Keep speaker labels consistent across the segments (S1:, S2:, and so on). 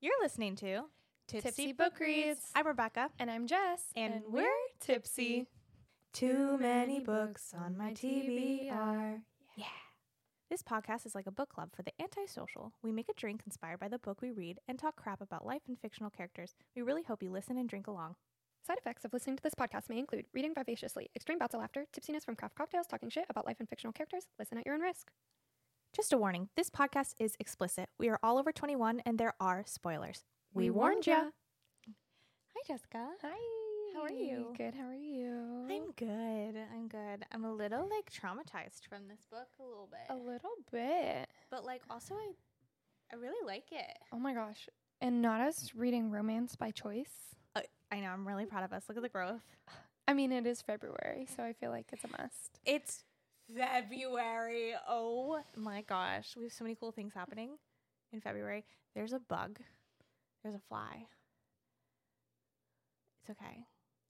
S1: You're listening to
S2: Tipsy, Book Reads.
S1: I'm Rebecca.
S2: And I'm Jess.
S1: And we're
S2: tipsy. Too many books on my TBR.
S1: This podcast is like a book club for the antisocial. We make a drink inspired by the book we read and talk crap about life and fictional characters. We really hope you listen and drink along.
S2: Side effects of listening to this podcast may include reading vivaciously, extreme bouts of laughter, tipsiness from craft cocktails, talking shit about life and fictional characters. Listen at your own risk.
S1: Just a warning this podcast is explicit. We are all over 21 and there are spoilers.
S2: We warned ya.
S1: Hi, Jessica.
S2: Hi.
S1: How are you?
S2: Good. How are you?
S1: I'm good. I'm good. I'm a little like traumatized from this book a little bit.
S2: a little bit.
S1: But like also I I really like it.
S2: Oh my gosh. And not us reading romance by choice.
S1: I know, I'm really proud of us. Look at the growth.
S2: I mean, it is February, so I feel like it's a must.
S1: It's February. Oh my gosh. We have so many cool things happening in February. There's a bug, there's a fly. It's okay.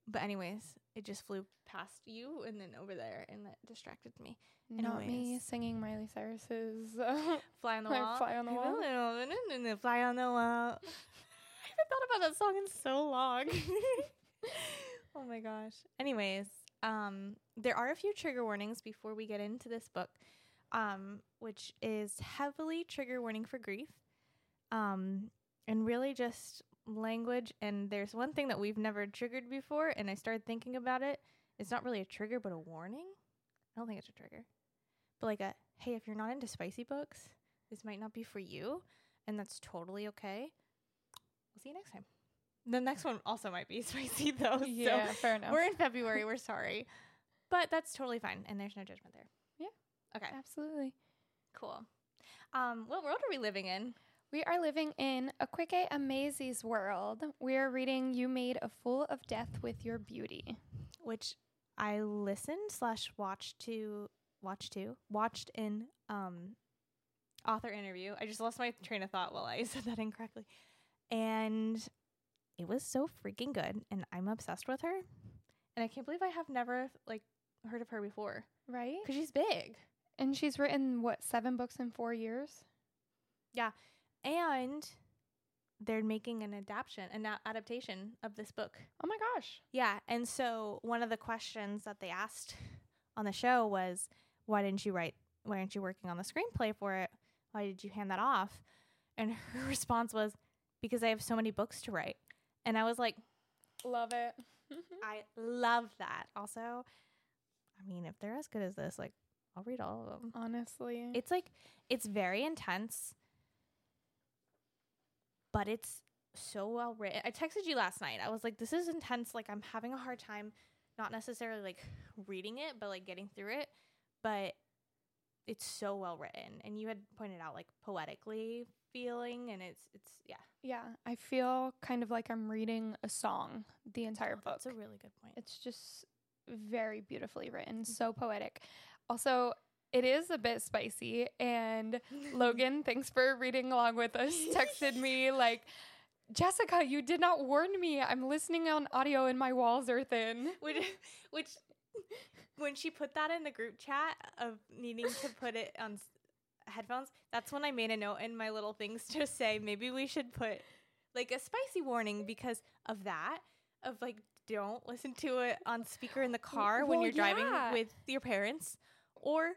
S1: But, anyways, it just flew past you and then over there, and that distracted me.
S2: Not me
S1: Anyways.
S2: singing Miley Cyrus's.
S1: Fly on the
S2: Like
S1: wall. Oh,
S2: fly on the wall?
S1: Fly on the wall. I haven't thought about that song in so long. oh my gosh. Anyways, um, there are a few trigger warnings before we get into this book, um, which is heavily trigger warning for grief, um, and really just language. And there's one thing that we've never triggered before, and I started thinking about it. It's not really a trigger, but a warning. I don't think it's a trigger, but like a hey, if you're not into spicy books, this might not be for you, and that's totally okay. We'll see you next time. The next one also might be spicy though. so
S2: yeah, fair enough.
S1: we're in February. We're sorry. But that's totally fine. And there's no judgment there.
S2: Yeah.
S1: Okay.
S2: Absolutely.
S1: Cool. Um, what world are we living in?
S2: We are living in a Quickie Amazes world. We are reading You Made a Fool of Death with Your Beauty.
S1: Which I listened slash watched to watch to watched in um author interview. I just lost my train of thought while I said that incorrectly. And it was so freaking good and I'm obsessed with her. And I can't believe I have never like heard of her before.
S2: Right?
S1: Because she's big.
S2: And she's written, what, seven books in four years?
S1: and they're making an adaptation an a- adaptation of this book
S2: Oh my gosh.
S1: yeah and so one of the questions that they asked on the show was why didn't you write why aren't you working on the screenplay for it why did you hand that off and her response was because i have so many books to write and i was like
S2: Love it.
S1: i love that also i mean if they're as good as this like i'll read all of them
S2: Honestly.
S1: it's like it's very intense, but it's so well written. I texted you last night. I was like, this is intense. Like I'm having a hard time not necessarily like reading it, but like getting through it. But it's so well written. And you had pointed out like poetically feeling and it's it's yeah.
S2: yeah, I feel kind of like I'm reading a song the entire book.
S1: That's a really good point.
S2: It's just very beautifully written, so poetic. Also, it is a bit spicy, and Logan, thanks for reading along with us, texted me like, Jessica, you did not warn me. I'm listening on audio and my walls are thin.
S1: which which when she put that in the group chat of needing to put it on s- headphones that's when i made a note in my little things to say maybe we should put like a spicy warning because of that of like don't listen to it on speaker in the car when
S2: well,
S1: you're driving
S2: yeah.
S1: with your parents or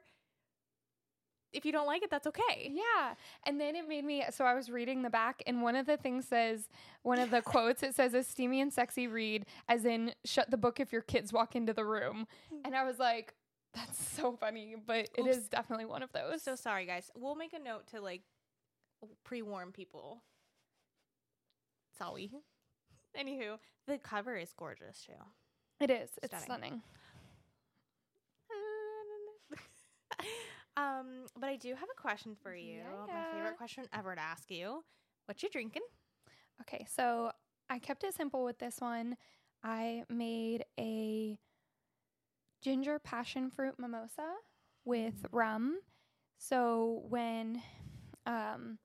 S1: if you don't like it that's okay
S2: Yeah. And then it made me so I was reading the back and one of the things says one of the quotes it says a steamy and sexy read as in shut the book if your kids walk into the room. And I was like, that's so funny, but it
S1: Oops.
S2: is definitely one of those.
S1: so sorry guys we'll make a note to like pre-warn people sorry anywho the cover is gorgeous too
S2: It is. It's
S1: Stunning.
S2: stunning.
S1: um, but I do have a question for you. My
S2: Yeah.
S1: favorite question ever to ask you. What you drinking?
S2: Okay, so I kept it simple with this one. I made a ginger passion fruit mimosa with rum. So when um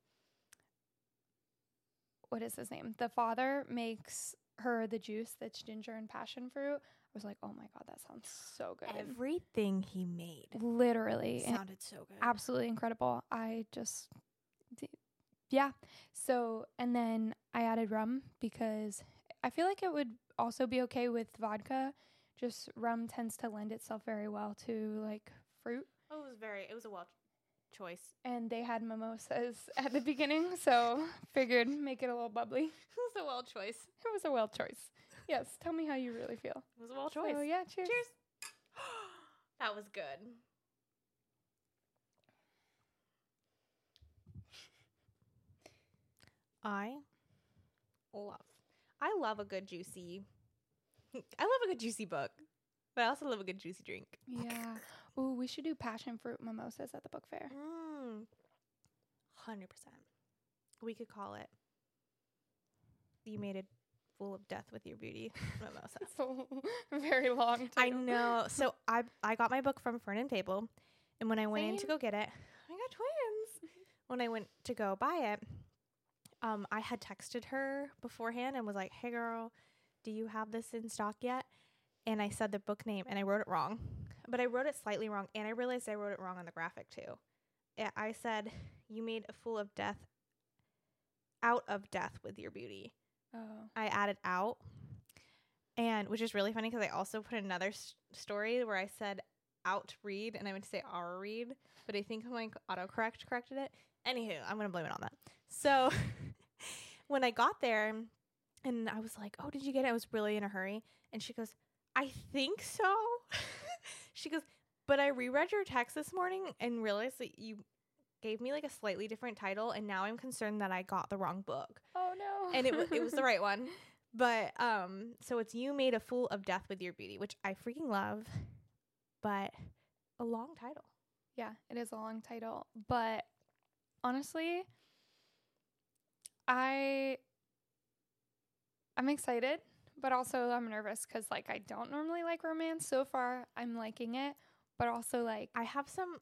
S2: what is his name? The father makes her the juice that's ginger and passion fruit. I was like, "Oh my god, that sounds so good."
S1: Everything he made
S2: Literally. and
S1: sounded so good.
S2: absolutely incredible. I just d- yeah. So, and then I added rum because I feel like it would also be okay with vodka. Just rum tends to lend itself very well to like fruit.
S1: Oh, it was very. It was a well ch- choice.
S2: And they had mimosas at the beginning, so figured make it a little bubbly.
S1: It was a well choice.
S2: It was a well choice. Yes, tell me how you really feel.
S1: It was a well
S2: So,
S1: choice.
S2: yeah, cheers.
S1: Cheers. that was good. I love. I love a good juicy. I love a good juicy book, but I also love a good juicy drink.
S2: Yeah. Ooh, we should do passion fruit mimosas at the book fair.
S1: Mm. 100%. We could call it You Made a Fool of Death with Your Beauty mimosa.
S2: It's a very long time.
S1: I know. So I I got my book from Fern and Table, and when I went in to
S2: Same.
S1: go get it, I got twins. when I went to go buy it, um, I had texted her beforehand and was like, "Hey, girl, do you have this in stock yet?" And I said the book name, and I wrote it wrong, but I wrote it slightly wrong, and I realized I wrote it wrong on the graphic too. Yeah, I said, "You made a fool of death." Out of death with your beauty.
S2: Oh.
S1: I added out, and which is really funny because I also put another s- story where I said out read and I meant to say our read, but I think my autocorrect corrected it. Anywho, I'm gonna blame it on that. So when I got there, and I was like, "Oh, did you get it?" I was really in a hurry, and she goes, "I think so." she goes, "But I reread your text this morning and realized that you." Gave me like a slightly different title, and now I'm concerned that I got the wrong book
S2: Oh no.
S1: and it, w- it was the right one. But um, so it's you made a fool of death with your beauty, which I freaking love, but a long title.
S2: Yeah, it is a long title, but honestly, I I'm excited, but also I'm nervous cuz like I don't normally like romance. So far, I'm liking it, but also like
S1: I have some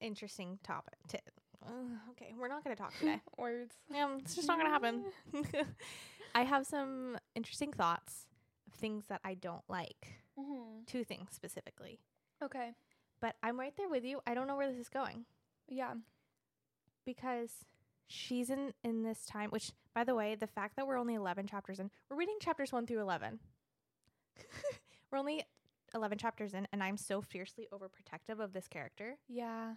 S1: interesting topic. T- Ugh, okay, we're not gonna talk today.
S2: words.
S1: um, it's just not gonna happen. I have some interesting thoughts of things that I don't like. Two things specifically,
S2: Okay.
S1: but I'm right there with you. I don't know where this is going.
S2: Yeah.
S1: because she's in in this time which by the way the fact that we're only 11 chapters in we're reading chapters 1 through 11 we're only 11 chapters in and i'm so fiercely overprotective of this character
S2: Yeah.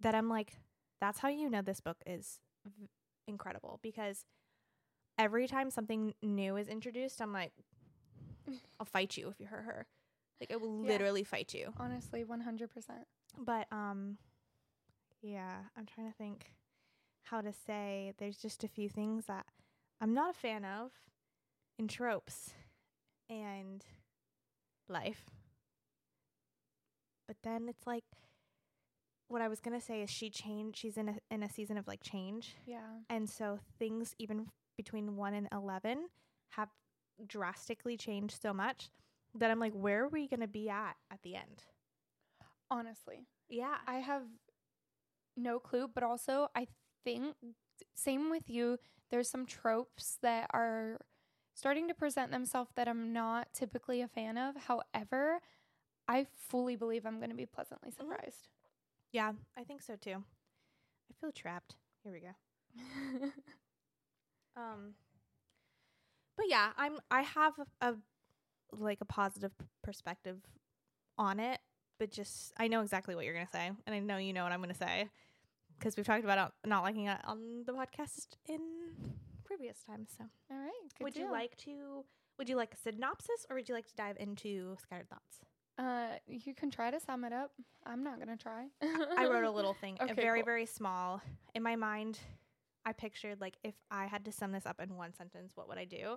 S1: that i'm like that's how you know this book is v- incredible because every time something new is introduced i'm like i'll fight you if you hurt her like i will
S2: Yeah.
S1: literally fight you
S2: Honestly, 100%.
S1: but um yeah, I'm trying to think how to say there's just a few things that I'm not a fan of in tropes and life. But then it's like what I was going to say is she changed she's in a in a season of like change
S2: Yeah.
S1: and so things even f- between 1 and 11 have drastically changed so much that I'm like where are we going to be at at the end?
S2: Honestly,
S1: Yeah.
S2: I have no clue, but also I think same with you. There's some tropes that are starting to present themselves that I'm not typically a fan of. However, I fully believe I'm going to be pleasantly
S1: Mm-hmm.
S2: surprised.
S1: Yeah, I think so too. I feel trapped. Here we go. Um But yeah, I'm I have a, like a positive p- perspective on it, but just I know exactly what you're going to say and I know you know what I'm going to say because we've talked about it- not liking it on the podcast in previous times, so.
S2: All right. good
S1: would you
S2: deal.
S1: like to would you like a synopsis or would you like to dive into scattered thoughts?
S2: Uh, you can try to sum it up. I'm not going to try.
S1: I wrote a little thing, a
S2: Okay,
S1: very,
S2: cool.
S1: very small. In my mind, I pictured like if I had to sum this up in one sentence, what would I do?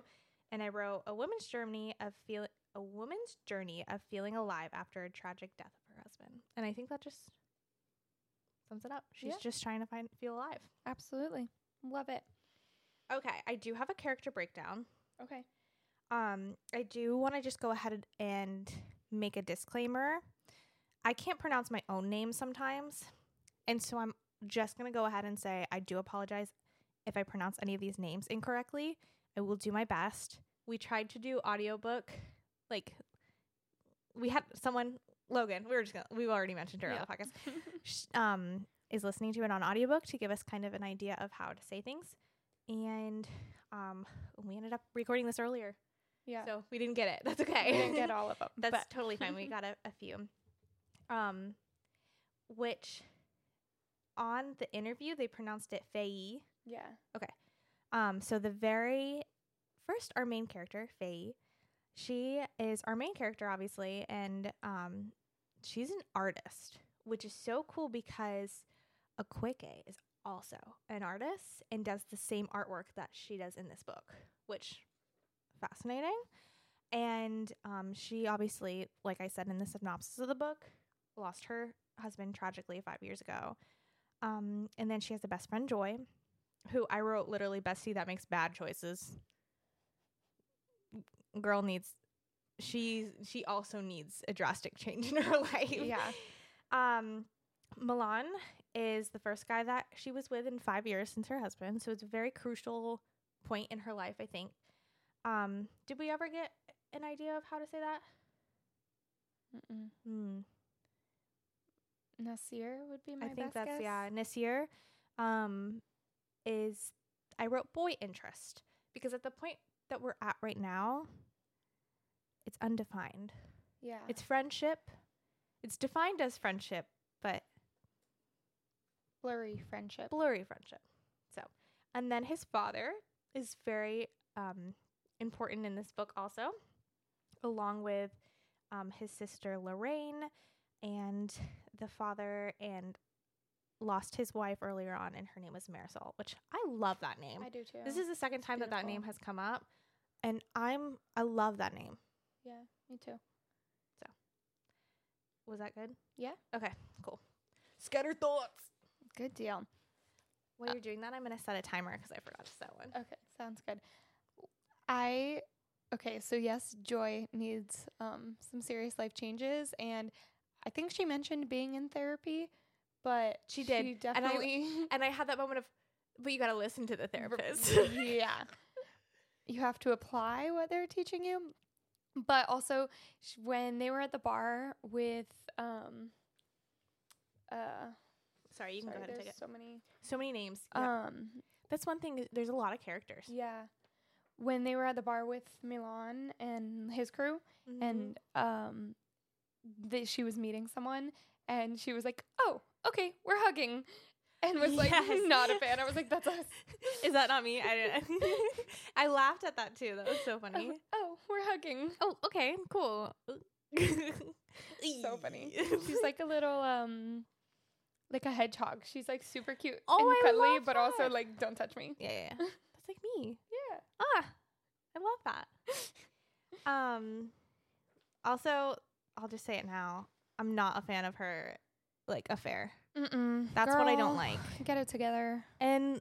S1: And I wrote a woman's journey of feel a woman's journey of feeling alive after a tragic death of her husband. And I think that just sums it up. She's
S2: Yeah.
S1: just trying to find feel alive.
S2: Absolutely. Love it.
S1: Okay, I do have a character breakdown.
S2: Okay.
S1: Um, I do want to just go ahead and make a disclaimer. I can't pronounce my own name sometimes, and so I'm just going to go ahead and say I do apologize if I pronounce any of these names incorrectly. I will do my best. We tried to do audiobook like we had someone Logan, we were just gonna, we've already mentioned her on the podcast. Sh- um is listening to it on audiobook to give us kind of an idea of how to say things. And um, we ended up recording this earlier.
S2: Yeah.
S1: So we didn't get it. That's okay.
S2: I didn't get all of them.
S1: That's
S2: but
S1: totally fine. We got a, a few. Um, which on the interview they pronounced it Faye.
S2: yeah.
S1: Um, so the very first, our main character, Faye, she is our main character, obviously, and um, she's an artist, which is so cool because Akweke is also an artist and does the same artwork that she does in this book, which fascinating. And um, she obviously, like I said in the synopsis of the book, lost her husband tragically five years ago. Um, and then she has a best friend, Joy, who I wrote literally bestie that makes bad choices. Girl needs she she also needs a drastic change in her life.
S2: Yeah.
S1: Um Milan is the first guy that she was with in 5 years since her husband, so it's a very crucial point in her life, I think. Um did we ever get an idea of how to say that?
S2: Mm-mm.
S1: Hmm.
S2: Nasir would be my
S1: I think
S2: best
S1: that's
S2: guess.
S1: yeah. Nasir um is I wrote boy interest because at the point that we're at right now, it's undefined.
S2: Yeah.
S1: It's friendship. It's defined as friendship, but
S2: blurry friendship.
S1: blurry friendship. So, and then his father is very um, important in this book also, along with um, his sister Lorraine and the father and lost his wife earlier on and her name was Marisol, which I love that name.
S2: I do too.
S1: This is the second time that that
S2: beautiful.
S1: name has come up and I'm I love that name.
S2: yeah, me too.
S1: Was that good?
S2: Yeah.
S1: Okay, cool. Scattered thoughts.
S2: Good deal.
S1: While you're doing that, I'm going to set a timer cuz I forgot to set one.
S2: Okay, sounds good. I okay, so yes, Joy needs um some serious life changes and I think she mentioned being in therapy, but
S1: She did,
S2: She
S1: and I-
S2: definitely
S1: And I had that moment of but you got to listen to the therapist.
S2: yeah. You have to apply what they're teaching you. But also, sh- when they were at the bar with, um, uh,
S1: Sorry, you can go
S2: sorry,
S1: ahead and
S2: there's
S1: take it. Uh,
S2: so many.
S1: So many names. Yep.
S2: Um,
S1: That's one thing. is There's a lot of characters.
S2: yeah, when they were at the bar with Milan and his crew,
S1: Mhm.
S2: and um, that she was meeting someone, and she was like, "Oh, okay, we're hugging," and was like,
S1: Yes.
S2: "Not a fan." I was like, "That's us."
S1: is that not me? I didn't. I laughed at that too. That was so
S2: I was
S1: funny.
S2: like, oh, we're hugging.
S1: oh, okay, cool.
S2: so funny. She's like a little um like a hedgehog. She's like super cute
S1: Oh,
S2: and
S1: I
S2: cuddly,
S1: love
S2: but also
S1: that.
S2: like don't touch me.
S1: yeah, yeah, yeah. that's like me.
S2: Yeah.
S1: Ah, I love that. Um, also, I'll just say it now. I'm not a fan of her like affair.
S2: Mm-mm.
S1: That's what I don't
S2: Girl,
S1: like.
S2: Get it together.
S1: And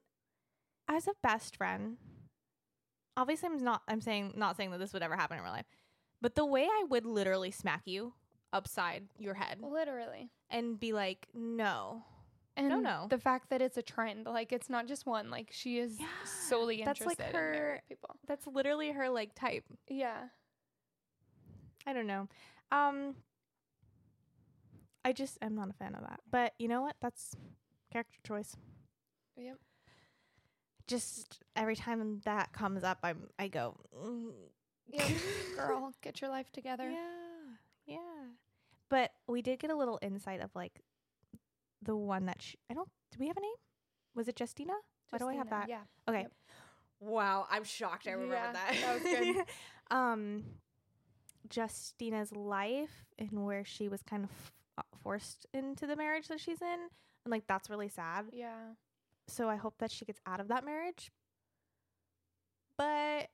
S1: as a best friend, obviously I'm not I'm saying not saying that this would ever happen in real life, but the way I would literally smack you upside your head
S2: Literally.
S1: and be like, "No."
S2: And
S1: no.
S2: the fact that it's a trend, like it's not just one. Like she is
S1: Yeah,
S2: solely
S1: that's
S2: interested
S1: like
S2: in married
S1: her-
S2: people.
S1: That's literally her like type.
S2: Yeah.
S1: I don't know. Um I just I'm not a fan of that. But you know what? That's character choice.
S2: Yep.
S1: Just every time that comes up, I'm I go "Mm."
S2: Yep. Girl, get your life together.
S1: Yeah, yeah. But we did get a little insight of like the one that she, I don't. Do we have a name? Was it Justina? Why do I have
S2: Justina,
S1: that?
S2: Yeah.
S1: Okay.
S2: Yep.
S1: Wow, I'm shocked.
S2: I remembered Yeah, that. that was good.
S1: um, Justina's life and where she was kind of f- uh, forced into the marriage that she's in, and like that's really sad.
S2: Yeah.
S1: So I hope that she gets out of that marriage. But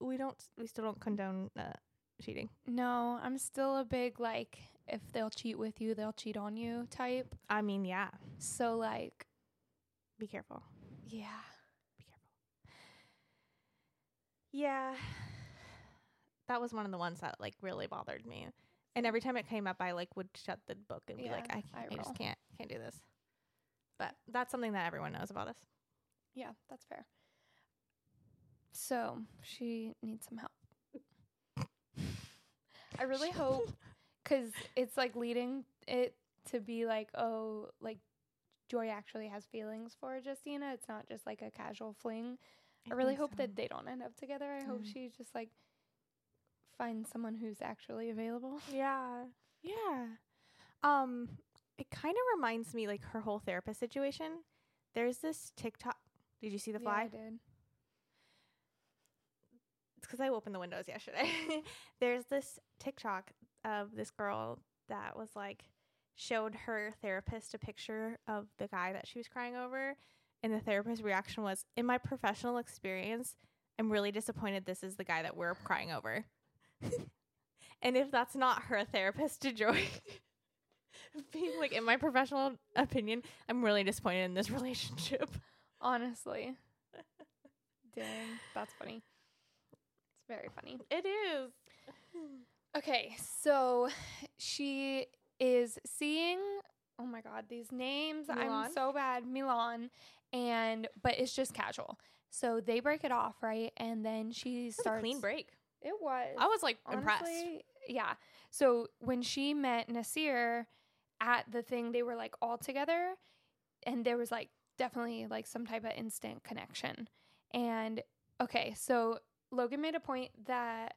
S1: we don't. We still don't condone uh, cheating.
S2: No, I'm still a big like if they'll cheat with you, they'll cheat on you type.
S1: I mean, yeah.
S2: So like,
S1: Be careful.
S2: yeah.
S1: be careful. Yeah. That was one of the ones that like really bothered me. And every time it came up I like would shut the book and be like,
S2: Yeah,
S1: I,
S2: eye
S1: can't, I
S2: roll.
S1: just can't can't do this. But that's something that everyone knows about us.
S2: Yeah, that's fair. So she needs some help. I really hope because it's like leading it to be like, oh, like Joy actually has feelings for Justina. It's not just like a casual fling. I,
S1: I
S2: really
S1: think
S2: hope
S1: so.
S2: that they don't end up together. I hope
S1: Mm.
S2: she just like finds someone who's actually available.
S1: Yeah. Yeah. Um, it kind of reminds me like her whole therapist situation. There's this TikTok. Did you see the
S2: Yeah,
S1: fly?
S2: I did.
S1: it's because I opened the windows yesterday. There's this TikTok of this girl that was like showed her therapist a picture of the guy that she was crying over, and the therapist's reaction was, "In my professional experience, I'm really disappointed. This is the guy that we're crying over." and if that's not her therapist to join. Being like, in my professional opinion, I'm really disappointed in this relationship.
S2: Honestly. Dang. That's funny. It's very funny.
S1: It is.
S2: Okay, so she is seeing oh my god, these names. I'm
S1: Milan?
S2: so bad. Milan and but it's just casual. So they break it off, right? And then she
S1: It's a
S2: starts
S1: clean break.
S2: It was.
S1: I was like impressed.
S2: honestly, Yeah. So when she met Nasir at the thing, they were like all together, and there was like definitely like some type of instant connection. And okay, so Logan made a point that.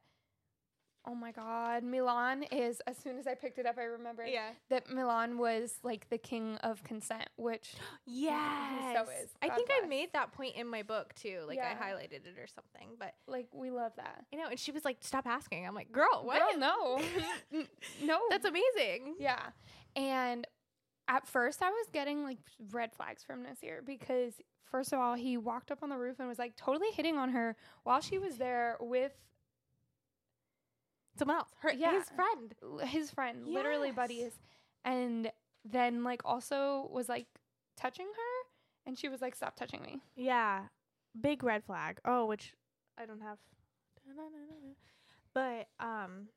S2: Oh my God, Milan is, as soon as I picked it up, I remembered
S1: Yeah.
S2: that Milan was like the king of consent, which
S1: Yes.
S2: is.
S1: I
S2: God
S1: think I
S2: bless.
S1: made that point in my book too. Like
S2: Yeah.
S1: I highlighted it or something. But
S2: like we love that.
S1: you know, and she was like, Stop asking. I'm like, Girl, what?
S2: Girl, no. N- no.
S1: That's amazing.
S2: Yeah. And at first I was getting like red flags from Nasir because first of all, he walked up on the roof and was like totally hitting on her while she was there with
S1: Someone else. Her
S2: Yeah.
S1: his friend.
S2: l- his friend, literally
S1: Yes.
S2: buddies. And then like also was like touching her and she was like, Stop touching me.
S1: Yeah. Big red flag. Oh, which I don't have. Da-na-na-na-na. But um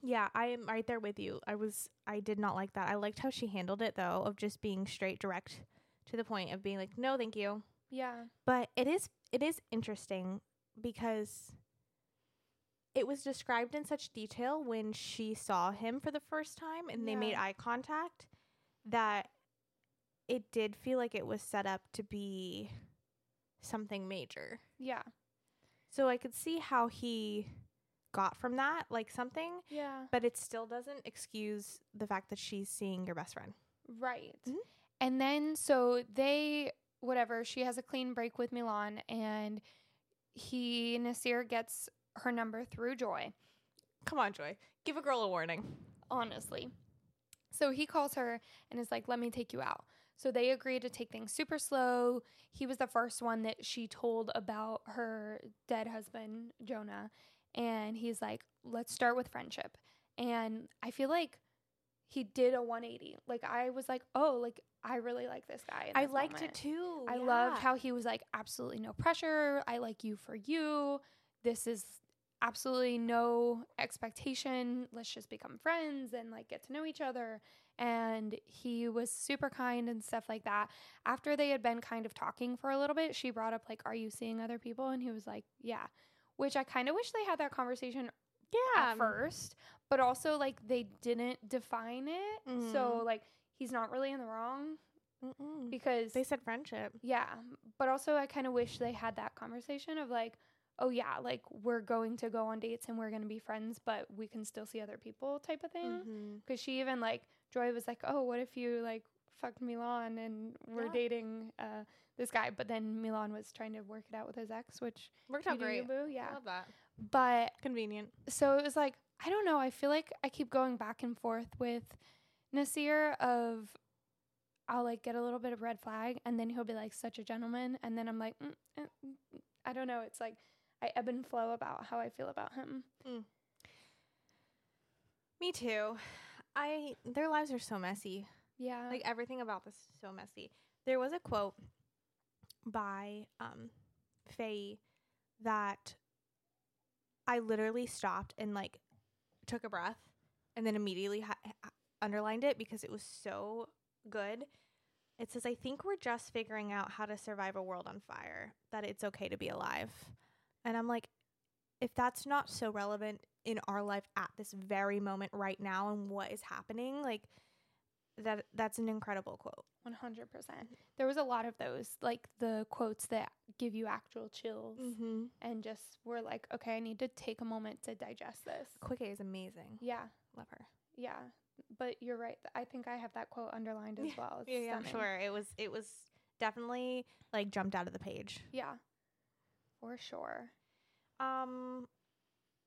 S1: yeah, I am right there with you. I was I did not like that. I liked how she handled it though, of just being straight direct to the point of being like, No, thank you.
S2: Yeah.
S1: but it is it is interesting because it was described in such detail when she saw him for the first time and they
S2: Yeah.
S1: made eye contact that it did feel like it was set up to be something major.
S2: Yeah.
S1: So I could see how he got from that like something,
S2: Yeah.
S1: but it still doesn't excuse the fact that she's seeing your best friend.
S2: Right.
S1: Mhm.
S2: And then so they whatever, she has a clean break with Milan and he Nasir gets her number through Joy.
S1: Come on, Joy. Give a girl a warning.
S2: honestly. So he calls her and is like, let me take you out. So they agree to take things super slow. He was the first one that she told about her dead husband, Jonah. And he's like, let's start with friendship. And I feel like he did a 180. Like, I was like, oh, like, I really like this guy. in
S1: I
S2: this
S1: liked
S2: moment.
S1: it too.
S2: I loved how he was like, absolutely no pressure. I like you for you. This is absolutely no expectation. Let's just become friends and like get to know each other. And he was super kind and stuff like that. After they had been kind of talking for a little bit, she brought up, like, are you seeing other people? And he was like, yeah. Which I kind of wish they had that conversation
S1: yeah.
S2: at first, but also like they didn't define it. So,
S1: Mhm.
S2: like, he's not really in the wrong
S1: Mm-mm.
S2: because
S1: Mm. They said friendship.
S2: yeah, but also I kind of wish they had that conversation of like, oh yeah, like we're going to go on dates and we're going to be friends, but we can still see other people type of
S1: Mm-hmm.
S2: thing. Because she even like Joy was like, oh, what if you like fucked Milan and we're
S1: Yeah.
S2: dating uh, this guy, but then Milan was trying to work it out with his ex, which
S1: Worked
S2: you do you, boo, yeah.
S1: Love that.
S2: But
S1: Convenient.
S2: so it was like I don't know. I feel like I keep going back and forth with Nasir of I'll like get a little bit of red flag, and then he'll be like such a gentleman, and then I'm like mm, eh, mm, I don't know. It's like I ebb and flow about how I feel about him.
S1: Me too. I their lives are so messy.
S2: Yeah,
S1: Like everything about this is so messy. There was a quote by um Faye that I literally stopped and like took a breath and then immediately hi- hi- underlined it because it was so good. It says, I think we're just figuring out how to survive a world on fire, that it's okay to be alive. And I'm like, if that's not so relevant in our life at this very moment right now and what is happening, like, that that's an incredible quote.
S2: 100%. There was a lot of those, like the quotes that give you actual chills
S1: Mm-hmm.
S2: and just were like, okay, I need to take a moment to digest this.
S1: Quick A is amazing.
S2: Yeah,
S1: Love her.
S2: yeah. But you're right. I think I have that quote underlined as well. It's
S1: I'm
S2: stunning.
S1: sure it was. It was definitely like jumped out of the page.
S2: Yeah, for sure.
S1: Um,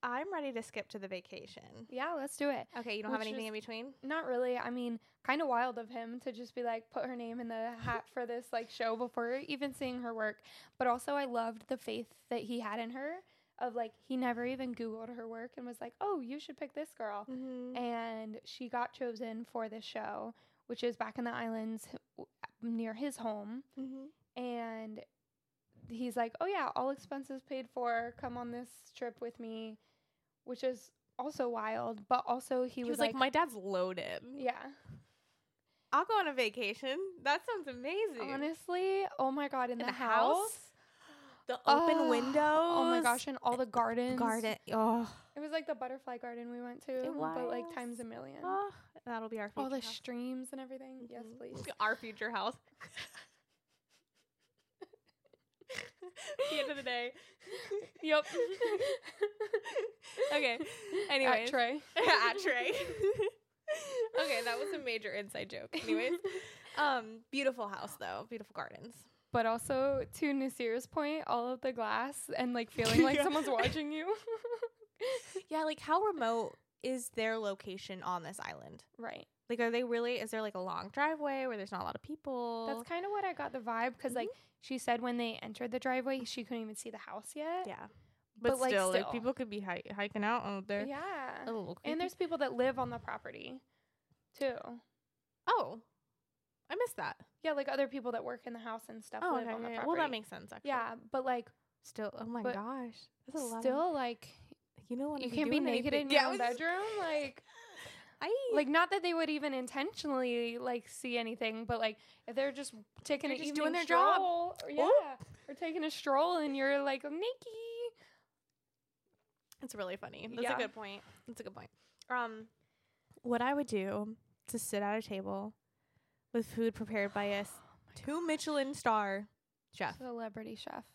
S1: I'm ready to skip to the vacation.
S2: Yeah, let's do it.
S1: Okay, you don't have
S2: Which
S1: anything
S2: is-
S1: in between.
S2: Not really. I mean, kind of wild of him to just be like put her name in the hat for this like show before even seeing her work. But also, I loved the faith that he had in her. Of like, he never even googled her work and was like, "Oh, you should pick this girl."
S1: Mm-hmm.
S2: And she got chosen for this show, which is back in the islands w- near his home.
S1: mm-hmm.
S2: And he's like, "Oh yeah, all expenses paid for. Come on this trip with me," which is also wild. But also, he,
S1: He was like, "My dad's loaded.
S2: "Yeah."
S1: I'll go on a vacation. That sounds amazing.
S2: Honestly, oh my god, in,
S1: In
S2: the,
S1: the
S2: house,
S1: house? the open
S2: Ugh.
S1: windows.
S2: Oh my gosh, and all the gardens.
S1: garden. Oh,
S2: It was like the butterfly garden we went to,
S1: It
S2: but like
S1: was.
S2: times a million.
S1: oh, that'll be our future
S2: all the
S1: house.
S2: streams and everything. Yes,
S1: Mhm.
S2: please.
S1: our future house. the end of the day.
S2: yep.
S1: Okay.
S2: Anyway,
S1: Anyways.
S2: Trey.
S1: At Trey. okay, that was a major inside joke. Anyways, um, beautiful house though, beautiful gardens.
S2: But also to Nasir's point, all of the glass and like feeling like
S1: Yeah.
S2: someone's watching you.
S1: Yeah, like how remote is their location on this island?
S2: right.
S1: Like, are they really? Is there like a long driveway where there's not a lot of people?
S2: That's kind of what I got the vibe because like
S1: Mm-hmm.
S2: she said when they entered the driveway, she couldn't even see the house yet.
S1: yeah,
S2: But, like, still.
S1: could be hi- hiking out out there.
S2: yeah.
S1: A little creepy.
S2: And there's people that live on the property too.
S1: oh, I missed that.
S2: Yeah, like other people that work in the house and stuff
S1: Oh,
S2: live
S1: okay,
S2: on the
S1: yeah, yeah.
S2: property.
S1: well, that makes sense. Actually,
S2: Yeah, but like
S1: Still, oh my
S2: But
S1: gosh, that's a lot.
S2: still
S1: of,
S2: like
S1: you know,
S2: you can't be naked in your own bedroom like
S1: I
S2: like not that they would even intentionally like see anything, but like if they're just taking
S1: They're
S2: an
S1: just
S2: evening
S1: doing their job.
S2: stroll, Or, yeah,
S1: Oh.
S2: or taking a stroll and you're like naked.
S1: It's really funny. That's
S2: Yeah.
S1: a good point. That's a good point. Um, what I would do to sit at a table with food prepared by a s-
S2: Oh
S1: two Michelin star chef.
S2: Celebrity chef.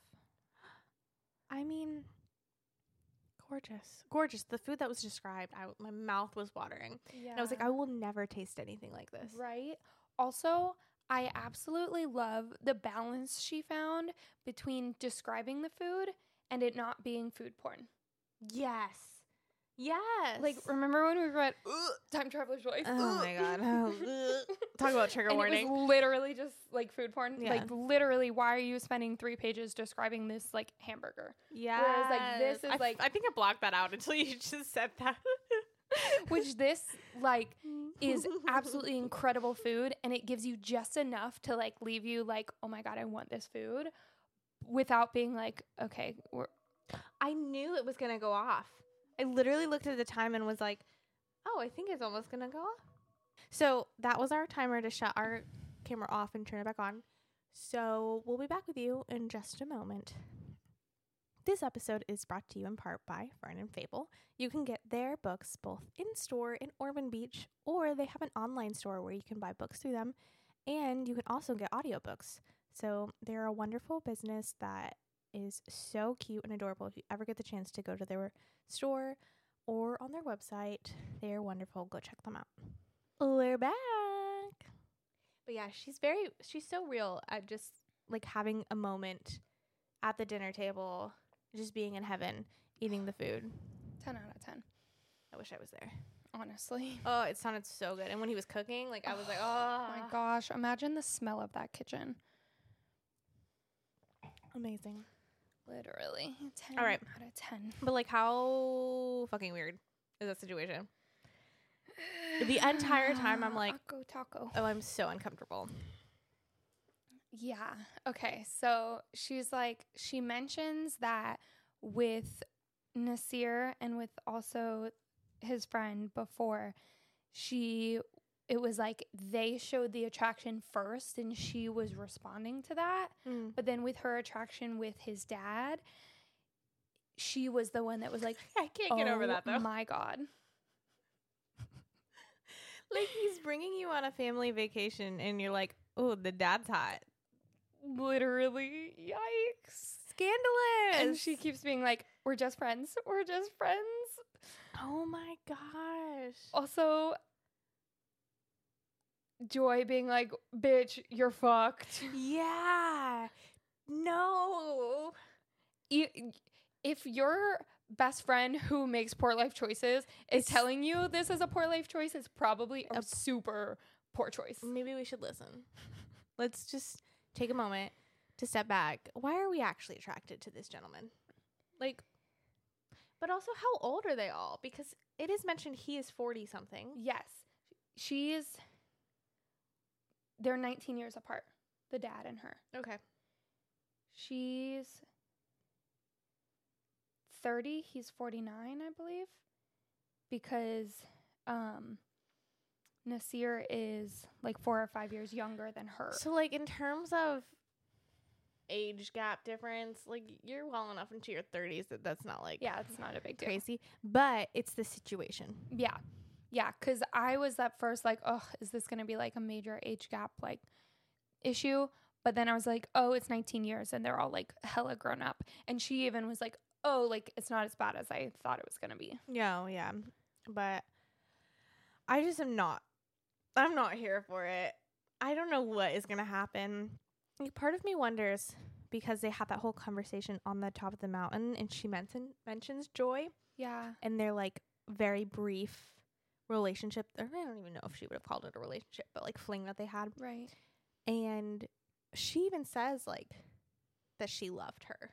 S1: I mean, gorgeous, gorgeous. The food that was described, I w- my mouth was watering,
S2: Yeah.
S1: and I was like, I will never taste anything like this.
S2: Right. Also, I absolutely love the balance she found between describing the food and it not being food porn.
S1: Yes, yes.
S2: Like, remember when we read Time Traveler's Voice?
S1: Oh my God. Ugh. talk about trigger
S2: and
S1: warning.
S2: it was literally just like food porn.
S1: Yeah.
S2: Like, literally, why are you spending three pages describing this like hamburger?
S1: Yeah.
S2: like, this is,
S1: I f-
S2: like-
S1: I think I blocked that out until you just said that.
S2: Which this like is absolutely incredible food, and it gives you just enough to like leave you like, oh my god, I want this food, without being like, okay, we're,
S1: I knew it was gonna go off. I literally looked at the time and was like, "Oh, I think it's almost gonna go off." So that was our timer to shut our camera off and turn it back on. So we'll be back with you in just a moment. This episode is brought to you in part by Fern and Fable. You can get their books both in store in Ormond Beach, or they have an online store where you can buy books through them, and you can also get audiobooks. So they're a wonderful business that is so cute and adorable. If you ever get the chance to go to their store or on their website, they are wonderful. Go check them out. We're back. But yeah, she's very she's so real at just like having a moment at the dinner table, just being in heaven, eating the food.
S2: ten out of ten,
S1: I wish I was there.
S2: honestly.
S1: Oh, it sounded so good. And when he was cooking, like I was like, oh
S2: my gosh, imagine the smell of that kitchen.
S1: amazing.
S2: Literally. 10
S1: All right.
S2: out of 10.
S1: But like, how fucking weird is that situation? The entire time, I'm like,
S2: Taco, taco.
S1: oh, I'm so uncomfortable.
S2: Yeah. Okay. So she's like, she mentions that with Nasir and with also his friend before, she, it was like they showed the attraction first and she was responding to that.
S1: Mm.
S2: But then with her attraction with his dad, she was
S1: Oh,
S2: "Oh the one that was like,
S1: I can't get over
S2: "Oh
S1: that though.
S2: My God.
S1: like he's bringing you on a family vacation, and you're like, oh, the dad's hot.
S2: Literally, yikes.
S1: Scandalous.
S2: And she keeps being like, we're just friends. We're just friends.
S1: oh my gosh.
S2: Also, Joy being like, bitch, you're fucked.
S1: Yeah. No.
S2: E- If your best friend who makes poor life choices is
S1: It's-
S2: telling you this is a poor life choice, it's probably a Mm.
S1: A-
S2: super poor choice.
S1: Maybe we should listen. Let's just take a moment to step back. Why are we actually attracted to this gentleman? Like, but also, how old are they all? Because it is mentioned he is 40 something.
S2: Yes. She's they're 19 years apart, the dad and her.
S1: Okay.
S2: She's 30, he's 49, I believe, because um Nasir is like 4 or 5 years younger than her.
S1: So, like, in terms of age gap difference, like, you're well enough into your 30s that that's not like
S2: yeah, it's not a big deal.
S1: crazy, but it's the situation.
S2: Yeah. Yeah. Cause I was at first like, oh, is this going to be like a major age gap like issue? But then I was like, oh, it's 19 years and they're all like hella grown up. And she even was like, oh, like it's not as bad as I thought it was going to be.
S1: No, yeah. But I just am not I'm not here for it. I don't know what is gonna happen. Like, part of me wonders because they had that whole conversation on the top of the mountain and she mention, mentions joy
S2: Yeah.
S1: and their like very brief relationship. Or I don't even know if she would have called it a relationship, but like fling that they had.
S2: Right.
S1: And she even says like that she loved her.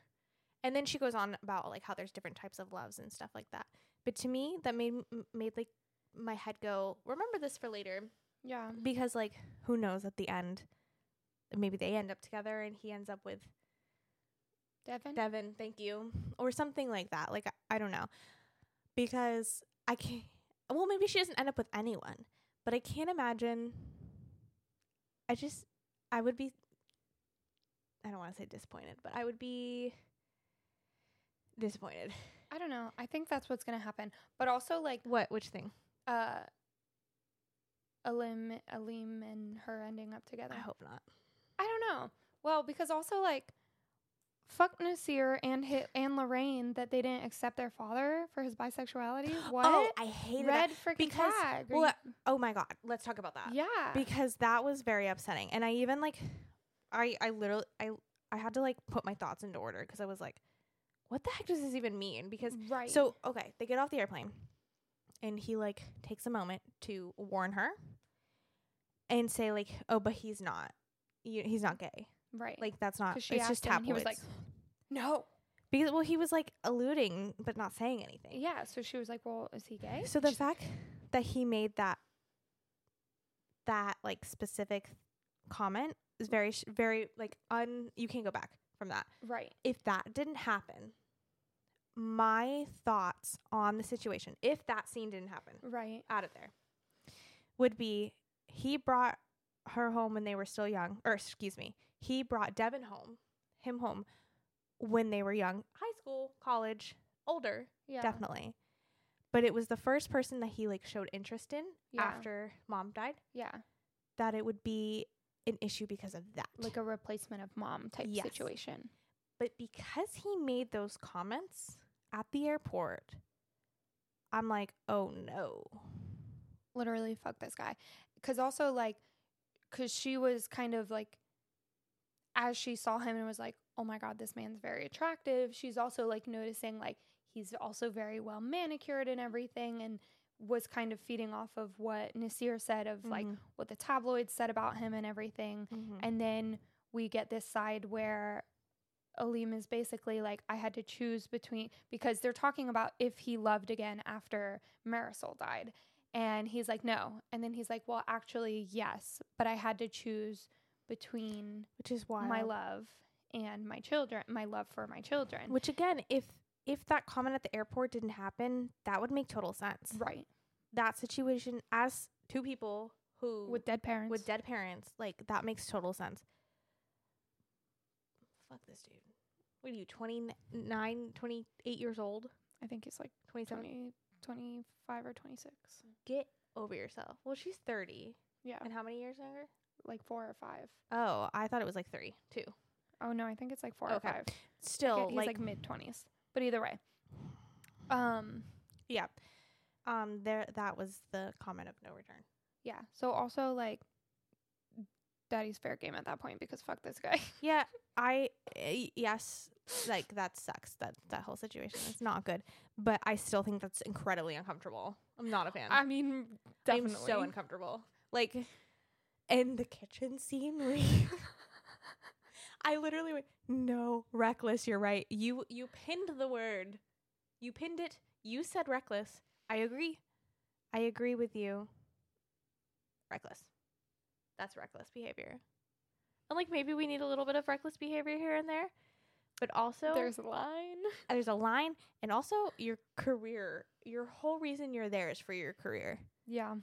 S1: And then she goes on about like how there's different types of loves and stuff like that. But to me, that made m- made like my head go, remember this for later
S2: Yeah.
S1: because like who knows at the end maybe they end up together and he ends up with
S2: Devin?
S1: Devin, thank you, or something like that. Like I, I don't know, because I can't. Well, maybe she doesn't end up with anyone, but I can't imagine. I just, I would be. I don't want to say disappointed, but I would be disappointed.
S2: I don't know. I think that's what's going to happen. But also like,
S1: What? Which thing?
S2: uh, Alim, Alim and her ending up together.
S1: I hope not.
S2: I don't know. Well, because also like fuck Nasir and hi and Lorraine that they didn't accept their father for his bisexuality. What?
S1: Oh, I hated
S2: Red
S1: that.
S2: freaking
S1: because-
S2: flag. Are
S1: well,
S2: you-
S1: Oh my god, let's talk about that.
S2: yeah.
S1: because that was very upsetting and i even like i i literally i i had to like put my thoughts into order because i was like what the heck does this even mean because
S2: right.
S1: so okay they get off the airplane and he like takes a moment to warn her and say like oh but he's not you, he's not gay
S2: right.
S1: like that's not
S2: 'Cause she
S1: it's just
S2: asked him and
S1: tabloids
S2: he was like, no.
S1: because well he was like alluding but not saying anything
S2: Yeah. So she was like, well, is he gay?
S1: so the
S2: She's
S1: fact that he made that that like specific comment is very sh- very like un you can't go back from that.
S2: like, right.
S1: If that didn't happen, my thoughts on the situation, if that scene didn't happen,
S2: Right.
S1: out of there, would be he brought her home when they were still young, or excuse me, he brought Devin home, him home when they were young, high school, college, older,
S2: Yeah.
S1: definitely. But it was the first person that he like showed interest in
S2: Yeah.
S1: after mom died
S2: Yeah.
S1: that it would be an issue because of that.
S2: Like a replacement of mom type
S1: Yes.
S2: situation.
S1: but because he made those comments at the airport, I'm like, oh no.
S2: Literally, fuck this guy. Because also, like, because she was kind of like, as she saw him and was like, oh my God, this man's very attractive, she's also like noticing, like, he's also very well manicured and everything, and was kind of feeding off of what Nasir said of like
S1: Mhm.
S2: what the tabloids said about him and everything.
S1: mm-hmm.
S2: And then we get this side where Alim is basically like, I had to choose between, because they're talking about if he loved again after Marisol died. And he's like, no. And then he's like, well, actually, yes, but I had to choose between
S1: Which is why
S2: my love and my children, my love for my children.
S1: Which again, if if that comment at the airport didn't happen, that would make total sense.
S2: right.
S1: That situation as two people who
S2: With dead parents.
S1: with dead parents. Like that makes total sense. Fuck this dude. What are you, 29, 28 years old?
S2: I think he's like
S1: 27?
S2: 20, 25 or 26.
S1: Get over yourself. Well, she's 30.
S2: Yeah,
S1: And how many years younger?
S2: like four or five.
S1: Oh, I thought it was like three, two.
S2: Oh no, I think it's like four
S1: Okay.
S2: or five.
S1: Still,
S2: he's
S1: like,
S2: like mid twenties. But either way, um,
S1: yeah. Um, there that was the comment of no return.
S2: yeah. So also like, daddy's fair game at that point because fuck this guy.
S1: Yeah, I eh, yes, like that sucks. That that whole situation is not good. But I still think that's incredibly uncomfortable. I'm not a fan.
S2: I mean, definitely.
S1: I'm so uncomfortable. Like, in the kitchen scene, we. I literally went, no, reckless. You're right. You you pinned the word, you pinned it. You said reckless. I agree. I agree with you. Reckless. That's reckless behavior. And like maybe we need a little bit of reckless behavior here and there, but also
S2: There's a line.
S1: there's a line, and also your career. Your whole reason you're there is for your career.
S2: Yeah.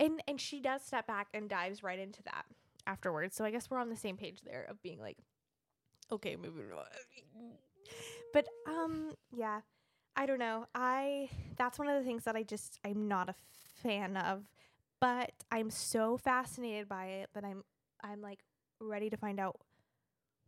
S1: And and she does step back and dives right into that afterwards. So I guess we're on the same page there of being like, okay, moving on. But um, yeah, I don't know. I that's one of the things that I just I'm not a fan of. But I'm so fascinated by it that I'm I'm like ready to find out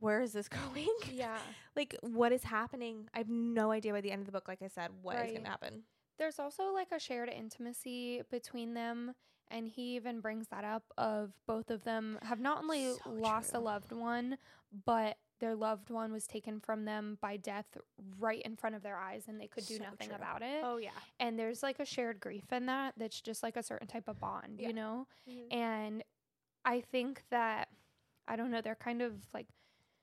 S1: where is this going?
S2: Yeah.
S1: like what is happening? I have no idea by the end of the book, like I said, what is
S2: Right.
S1: gonna happen.
S2: There's also like a shared intimacy between them. And he even brings that up of both of them have not only
S1: So
S2: lost
S1: true.
S2: a loved one, but their loved one was taken from them by death right in front of their eyes and they could do
S1: So
S2: nothing
S1: true.
S2: about it.
S1: Oh yeah.
S2: And there's like a shared grief in that that's just like a certain type of bond,
S1: Yeah.
S2: you know?
S1: Mhm.
S2: And I think that, I don't know, they're kind of like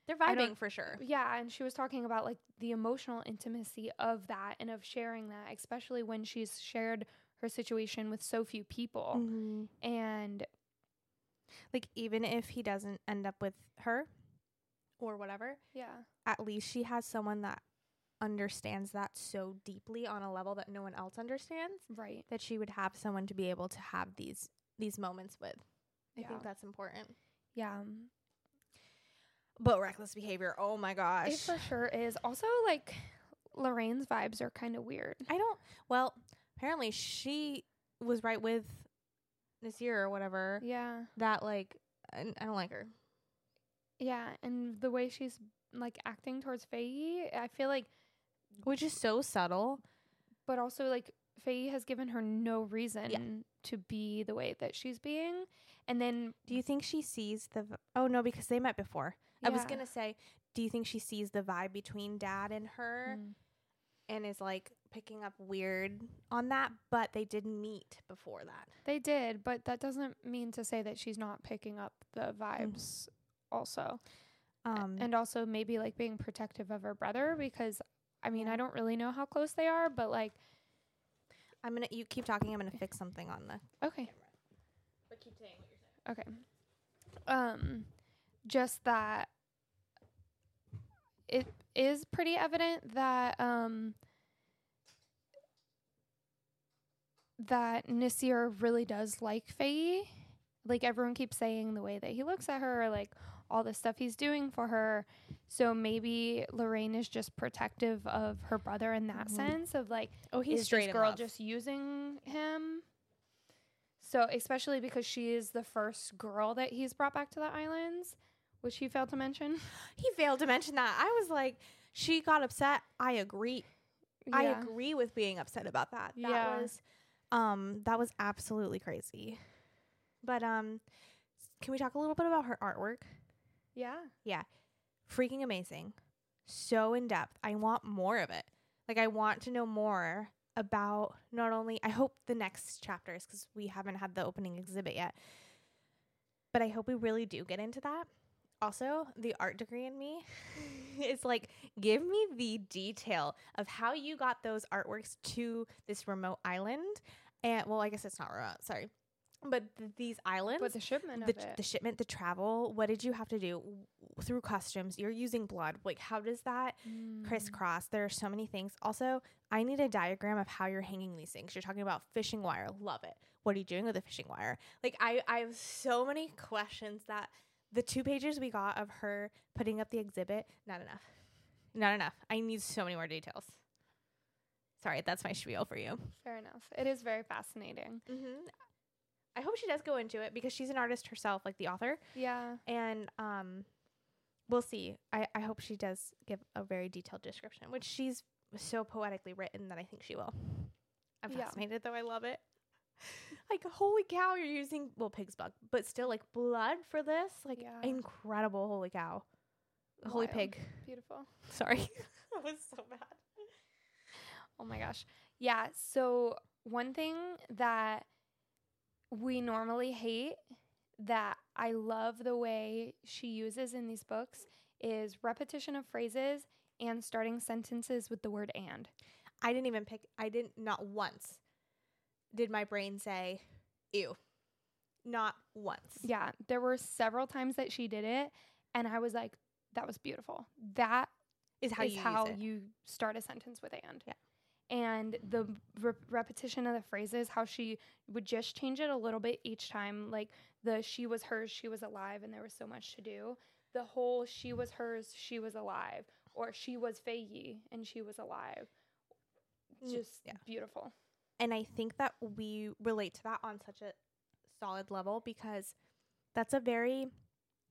S1: They're
S2: I don't-
S1: vibing for sure.
S2: yeah, and she was talking about like the emotional intimacy of that and of sharing that, especially when she's shared her situation with so few people.
S1: Mhm.
S2: Mm. And
S1: Like, even if he doesn't end up with her or whatever,
S2: yeah,
S1: at least she has someone that understands that so deeply on a level that no one else understands
S2: right.
S1: that she would have someone to be able to have these these moments with. I
S2: Yeah.
S1: think that's important.
S2: Yeah.
S1: But reckless behavior, oh my gosh.
S2: It for sure is. Also like Lorraine's vibes are kind of weird.
S1: I don't well, apparently she was right with Nasir or whatever
S2: Yeah.
S1: that like I I don't like her.
S2: Yeah, and the way she's like acting towards Faye, I feel like
S1: Which is so subtle.
S2: but also like Faye has given her no reason to be the way that she's being. And then
S1: Do you think she sees the? v- Oh no, because they met before. I was
S2: yeah.
S1: gonna say, do you think she sees the vibe between dad and her
S2: Mm.
S1: and is like picking up weird on that? But they did meet before that.
S2: They did, but that doesn't mean to say that she's not picking up the vibes also. A-
S1: Mm. Um,
S2: and also maybe like being protective of her brother because I mean,
S1: Yeah.
S2: I don't really know how close they are, but like
S1: I'm gonna. You keep talking. I'm gonna fix something on the.
S2: okay,
S1: But keep saying what you're saying.
S2: okay. Um just that it is pretty evident that um that Nasir really does like Faye. Like everyone keeps saying the way that he looks at her, like all the stuff he's doing for her. So maybe Lorraine is just protective of her brother in that
S1: Mhm.
S2: sense of like
S1: Oh, he's
S2: is
S1: straight.
S2: this girl just using him. So especially because she is the first girl that he's brought back to the islands, which he failed to mention.
S1: He failed to mention that. I was like, she got upset. I agree. I
S2: Yeah.
S1: agree with being upset about that. That
S2: Yeah.
S1: was um that was absolutely crazy. But um can we talk a little bit about her artwork?
S2: Yeah.
S1: Freaking amazing. So in depth. I want more of it. Like I want to know more about not only I hope the next chapters cuz we haven't had the opening exhibit yet. But I hope we really do get into that. Also, the art degree in me is like, give me the detail of how you got those artworks to this remote island. And well, I guess it's not remote, sorry. But th- these islands,
S2: But the shipment
S1: the,
S2: of it.
S1: the shipment, the travel, what did you have to do W- through customs? You're using blood. Like, how does that
S2: Hmm,
S1: Mm-hmm. crisscross? There are so many things. Also, I need a diagram of how you're hanging these things. You're talking about fishing wire. Love it. What are you doing with the fishing wire? Like, I, I have so many questions that the two pages we got of her putting up the exhibit, not enough. Not enough. I need so many more details. All right, that's my spiel for you.
S2: Fair enough. It is very fascinating.
S1: Mm-hmm. I hope she does go into it because she's an artist herself, like the author,
S2: Yeah.
S1: and um, we'll see. I, I hope she does give a very detailed description, which she's so poetically written that I think she will. I'm
S2: Yeah.
S1: fascinated though. I love it. like holy cow, you're using well pig's blood, but still like blood for this. Like
S2: Yeah.
S1: incredible. Holy cow. Holy
S2: Wild.
S1: pig.
S2: Beautiful.
S1: Sorry. that was so bad.
S2: Oh my gosh. Yeah. So, one thing that we normally hate that I love the way she uses in these books is repetition of phrases and starting sentences with the word and.
S1: I didn't even pick. I didn't. Not once did my brain say, "Ew." Not once.
S2: Yeah, there were several times that she did it, and I was like, "That was beautiful. That
S1: Is
S2: is
S1: how
S2: how,
S1: you
S2: you,
S1: use it.
S2: start a sentence with and."
S1: Yeah.
S2: And the re- repetition of the phrases, how she would just change it a little bit each time, like the "she was hers," "she was alive," and there was so much to do. The whole "she was hers," "she was alive," or "she was Fei Yi and she was alive,"
S1: Mm,
S2: just
S1: yeah.
S2: beautiful.
S1: and I think that we relate to that on such a solid level because that's a very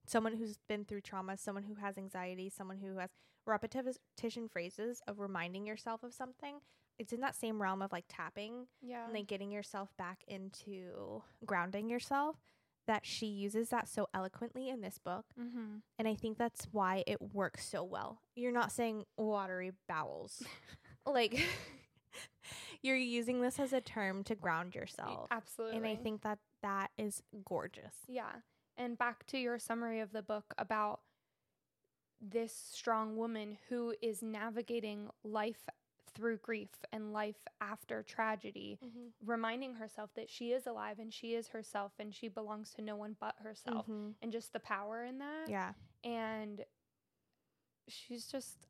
S1: someone who's been through trauma, someone who has anxiety, someone who has repetition phrases of reminding yourself of something. It's in that same realm of like tapping
S2: Yeah.
S1: and like getting yourself back into grounding yourself that she uses that so eloquently in this book
S2: mm-hmm.
S1: and i think that's why it works so well you're not saying watery bowels like you're using this as a term to ground yourself
S2: Absolutely.
S1: and i think that that is gorgeous
S2: Yeah. And back to your summary of the book about this strong woman who is navigating life through grief and life after tragedy, reminding herself that she is alive and she is herself and she belongs to no one but herself.
S1: Mhm.
S2: And just the power in that.
S1: yeah
S2: And she's just,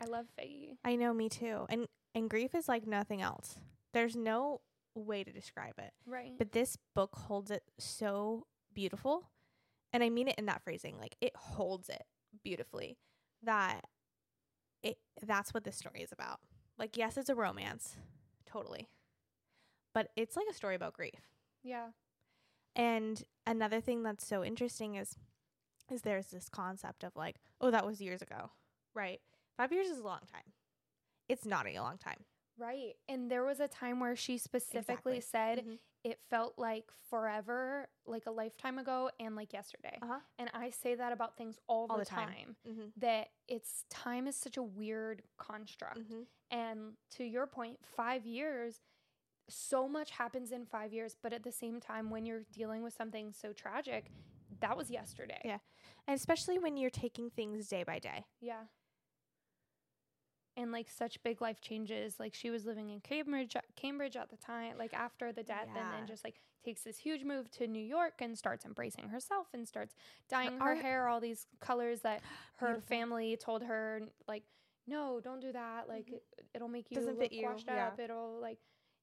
S2: I love Faye.
S1: i know me too and and grief is like nothing else there's no way to describe it
S2: Right.
S1: But this book holds it so beautiful. And I mean it in that phrasing. Like it holds it beautifully. That it that's what this story is about. Like yes, it's a romance. Totally. But it's like a story about grief.
S2: yeah.
S1: And another thing that's so interesting is is there's this concept of like, oh, that was years ago. Right? 5 years is a long time. It's not a long time.
S2: Right. And there was a time where she specifically
S1: Exactly.
S2: said,
S1: Mhm.
S2: it felt like forever, like a lifetime ago, and like yesterday.
S1: Uh-huh.
S2: And I say that about things all,
S1: All
S2: the,
S1: the time.
S2: time.
S1: Mhm.
S2: That it's time is such a weird construct.
S1: Mhm.
S2: And to your point, five years, so much happens in five years. But at the same time, when you're dealing with something so tragic, that was yesterday.
S1: Yeah. And especially when you're taking things day by day.
S2: Yeah. And like such big life changes. Like she was living in Cambridge Cambridge at the time, like after the death, and
S1: Yeah.
S2: then just like takes this huge move to New York and starts embracing herself and starts dyeing her,
S1: art-
S2: hair all these colors that her
S1: Beautiful.
S2: family told her n- like, no, don't do that. Like
S1: Mhm.
S2: it, it'll make you
S1: Doesn't
S2: look
S1: fit you,
S2: washed
S1: yeah.
S2: up. It'll like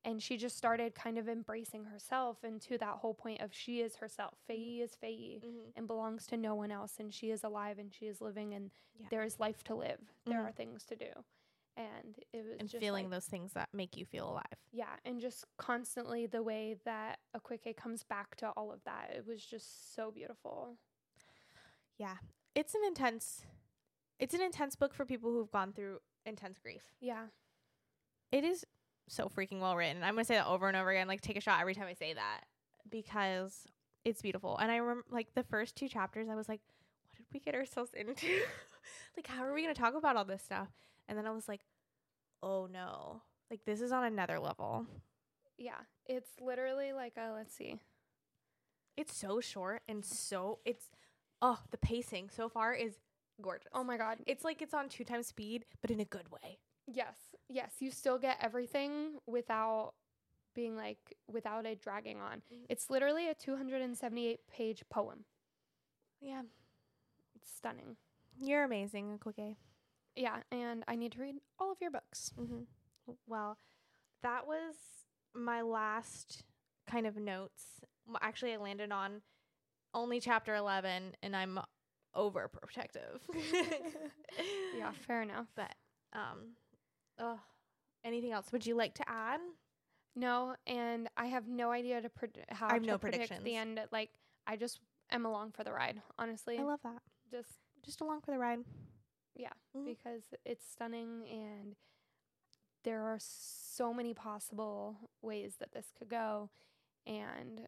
S2: and she just started kind of embracing herself and to that whole point of she is herself.
S1: Mm-hmm.
S2: Faye is Faye
S1: Mhm.
S2: and belongs to no one else and she is alive and she is living and
S1: Yeah.
S2: there is life to live there
S1: Mhm.
S2: are things to do and it was
S1: and
S2: just
S1: feeling
S2: like-
S1: those things that make you feel alive.
S2: yeah and just constantly the way that Akweke comes back to all of that it was just so beautiful
S1: Yeah. It's an intense it's an intense book for people who've gone through intense grief.
S2: yeah
S1: It is so freaking well written. I'm going to say that over and over again, like take a shot every time I say that because it's beautiful. And I remember like the first two chapters I was like, what did we get ourselves into? like how are we going to talk about all this stuff? And then I was like, oh no. Like this is on another level.
S2: yeah it's literally like a let's see
S1: It's so short and so it's oh, the pacing so far is gorgeous.
S2: oh my god
S1: It's like it's on two times speed, but in a good way.
S2: yes yes you still get everything without being like without it dragging on
S1: Mhm.
S2: it's literally a 278 page poem
S1: Yeah.
S2: it's stunning
S1: You're amazing, Akwege.
S2: yeah and i need to read all of your books
S1: Mm-hmm. Well, that was my last kind of notes. M- Actually, I landed on only chapter 11, and I'm overprotective.
S2: yeah, fair enough.
S1: But, um, oh, Anything else would you like to add?
S2: No, and I have no idea to pred- how
S1: I have
S2: to
S1: no
S2: predict the
S1: predictions.
S2: end. Like I just am along for the ride, honestly.
S1: I love that.
S2: just
S1: Just along for the ride.
S2: Yeah,
S1: Mhm.
S2: because it's stunning and there are so many possible ways that this could go. And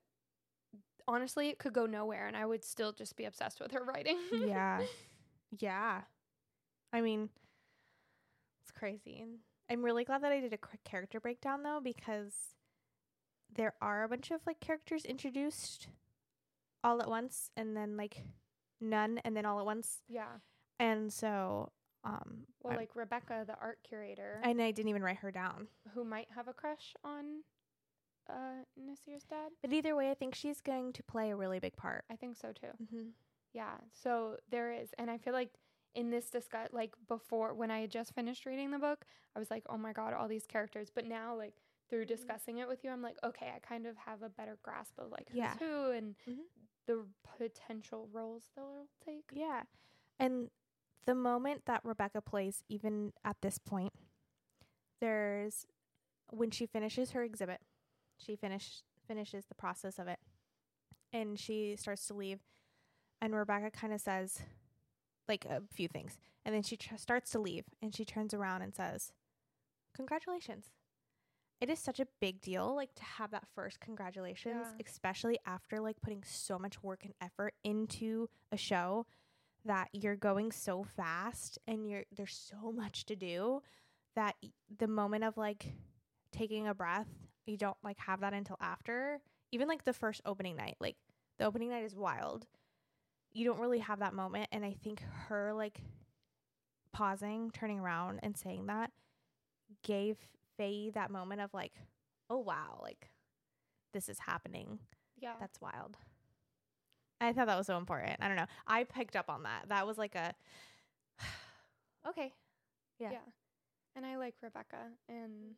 S2: honestly, it could go nowhere and I would still just be obsessed with her writing.
S1: yeah. Yeah. I mean, it's crazy. And I'm really glad that I did a quick character breakdown though because there are a bunch of like characters introduced all at once and then like none and then all at once.
S2: yeah.
S1: And so um
S2: Well,
S1: I'm-
S2: like Rebecca, the art curator,
S1: and I didn't even write her down.
S2: who might have a crush on uh Nasir's dad.
S1: But either way, I think she's going to play a really big part.
S2: I think so too.
S1: Mm-hmm.
S2: Yeah. So there is. And I feel like in this discuss like before when I had just finished reading the book, I was like, "Oh my god, all these characters." But now like through
S1: Mm-hmm.
S2: discussing it with you, I'm like, "Okay, I kind of have a better grasp of like who's
S1: Yeah.
S2: who and
S1: Mhm.
S2: the potential roles they'll take."
S1: Yeah. And the moment that Rebecca plays, even at this point, there's when she finishes her exhibit, she finish finishes the process of it. And she starts to leave. And Rebecca kind of says like a few things. And then she tr- starts to leave and she turns around and says, "Congratulations." It is such a big deal like to have that first congratulations,
S2: Yeah.
S1: especially after like putting so much work and effort into a show that you're going so fast and you're there's so much to do that y- the moment of like taking a breath, you don't like have that until after, even like the first opening night. Like the opening night is wild. You don't really have that moment and I think her like pausing, turning around and saying that gave Faye that moment of like, oh wow, like this is happening.
S2: Yeah.
S1: That's wild. I thought that was so important. I don't know. I picked up on that. That was like a okay. yeah.
S2: And I like Rebecca and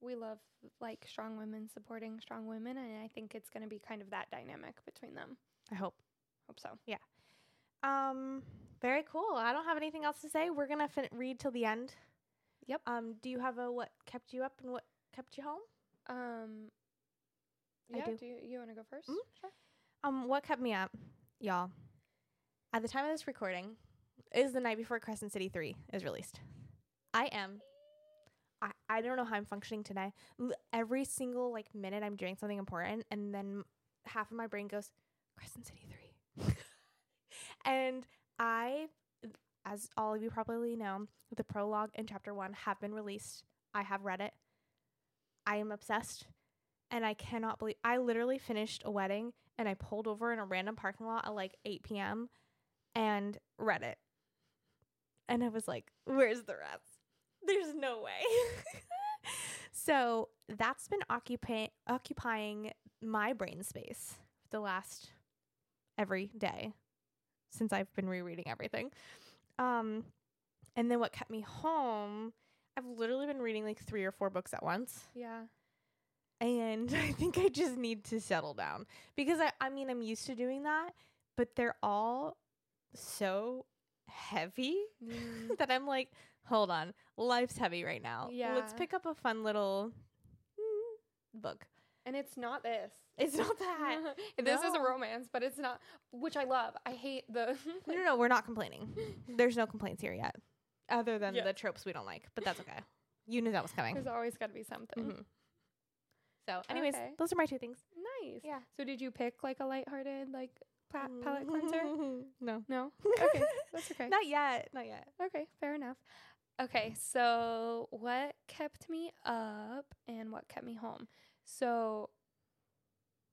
S2: we love like strong women supporting strong women and I think it's going to be kind of that dynamic between them.
S1: I hope.
S2: Hope so.
S1: Um, very cool. I don't have anything else to say. We're gonna fin- read till the end.
S2: Yep.
S1: Um, do you have a what kept you up and what kept you home?
S2: Um,
S1: I
S2: yeah,
S1: do.
S2: do. you, you want to go 1st
S1: Mm.
S2: Sure.
S1: Um, what kept me up, y'all? At the time of this recording, is the night before Crescent City Three is released. I am. I I don't know how I'm functioning today. L- every single like minute, I'm doing something important, and then half of my brain goes Crescent City Three. and I, as all of you probably know, the prologue and chapter one have been released. I have read it. I am obsessed, and I cannot believe I literally finished a wedding and I pulled over in a random parking lot at like 8 p.m. and read it. And I was like, where's the rest? There's no way. so that's been occupa- occupying my brain space the last every day since I've been rereading everything. Um, and then what kept me home, I've literally been reading like three or four books at once
S2: Yeah.
S1: and I think I just need to settle down because I, I mean I'm used to doing that, but they're all so heavy
S2: Mm.
S1: that I'm like, hold on, life's heavy right now. let's
S2: Yeah.
S1: pick up a fun little mm, book.
S2: and it's not this.
S1: It's not that.
S2: this is a
S1: No.
S2: romance, but it's not, which I love. I hate the.
S1: no, no, no, we're not complaining. There's no complaints here yet, other than
S2: Yeah.
S1: the tropes we don't like. But that's okay. You knew that was coming.
S2: There's always got to be something.
S1: Mhm. So, anyways,
S2: Mm-hmm. Okay.
S1: those are my two things.
S2: Nice.
S1: Yeah.
S2: So did you pick like a lighthearted like pa- palette cleanser?
S1: no.
S2: No. Okay. That's okay.
S1: Not yet. Not yet.
S2: Okay, fair enough. Okay, so what kept me up and what kept me home? So,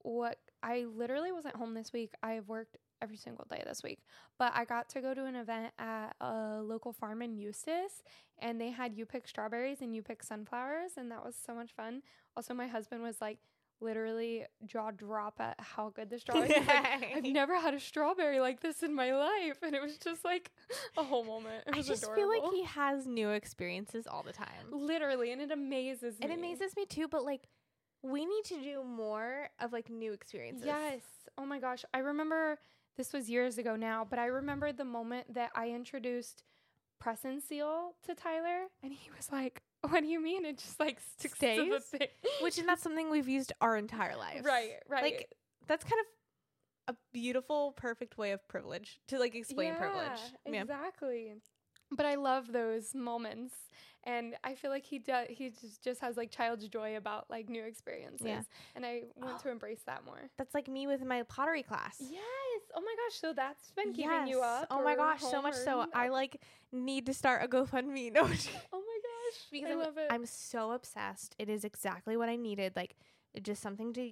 S2: what I literally wasn't home this week. I have worked every single day this week, but I got to go to an event at a local farm in Eustis, and they had you pick strawberries and you pick sunflowers, and that was so much fun. Also, my husband was like literally jaw drop at how good the strawberries. He's like, I've never had a strawberry like this in my life, and it was just like a whole moment. It
S1: I
S2: was
S1: just
S2: adorable.
S1: feel like he has new experiences all the time.
S2: literally, and it amazes me.
S1: It amazes me too, but like we need to do more of like new experiences.
S2: Yes. Oh my gosh, I remember this was years ago now, but I remember the moment that I introduced press and seal to Tyler, and he was like, "What do you mean?" It just like sticks to the
S1: Stays?
S2: thing,
S1: Which is not something we've used our entire lives.
S2: right, right.
S1: Like that's kind of a beautiful, perfect way of privilege to like explain privilege.
S2: Yeah, exactly. But I love those moments, and I feel like he does. He just just has like child's joy about like new experiences, and I want to embrace that more.
S1: That's like me with my pottery class.
S2: Yes. Oh my gosh. So that's been keeping you
S1: Yes.
S2: up.
S1: Oh my
S2: or
S1: gosh, so
S2: home
S1: much
S2: or
S1: so
S2: n-
S1: I like need to start a GoFundMe. No, I'm just kidding.
S2: Oh my gosh.
S1: because
S2: I
S1: I'm,
S2: love it.
S1: I'm so obsessed. It is exactly what I needed. Like it just something to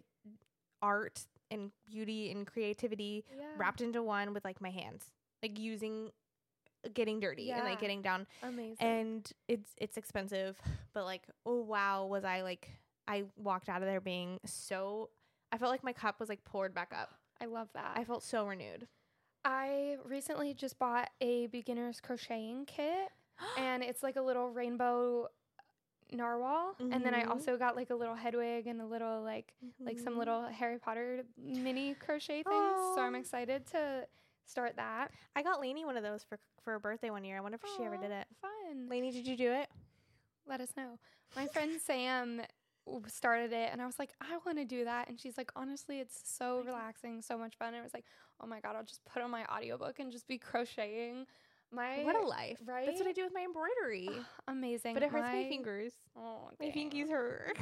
S1: art and beauty and creativity
S2: yeah.
S1: wrapped into one with like my hands, like using getting dirty and
S2: Yeah.
S1: like getting down
S2: Amazing.
S1: and it's it's expensive but like oh wow was i like i walked out of there being so i felt like my cup was like poured back up
S2: I love that.
S1: i felt so renewed
S2: I recently just bought a beginner's crocheting kit, and it's like a little rainbow narwhal. And then I
S1: Mhm.
S2: also got like a little Hedwig and a little like like some little Harry Potter mini crochet things. So I'm
S1: Mm-hmm. Aw.
S2: excited to start that.
S1: i got lainey one of those for for her birthday one year i wonder if she ever
S2: Aw,
S1: did it
S2: Fun.
S1: lainey did you do it
S2: Let us know. My friend Sam w- started it, and I was like, I want to do that. And she's like, honestly, it's so relaxing, so much fun. And I was like, oh my god, I'll just put on my audiobook and just be crocheting. My
S1: what a life that's what i
S2: right?
S1: do with my embroidery
S2: Ugh, amazing.
S1: but it hurts Oh my
S2: My-
S1: fingers
S2: Oh,
S1: my
S2: dang.
S1: fingies hurt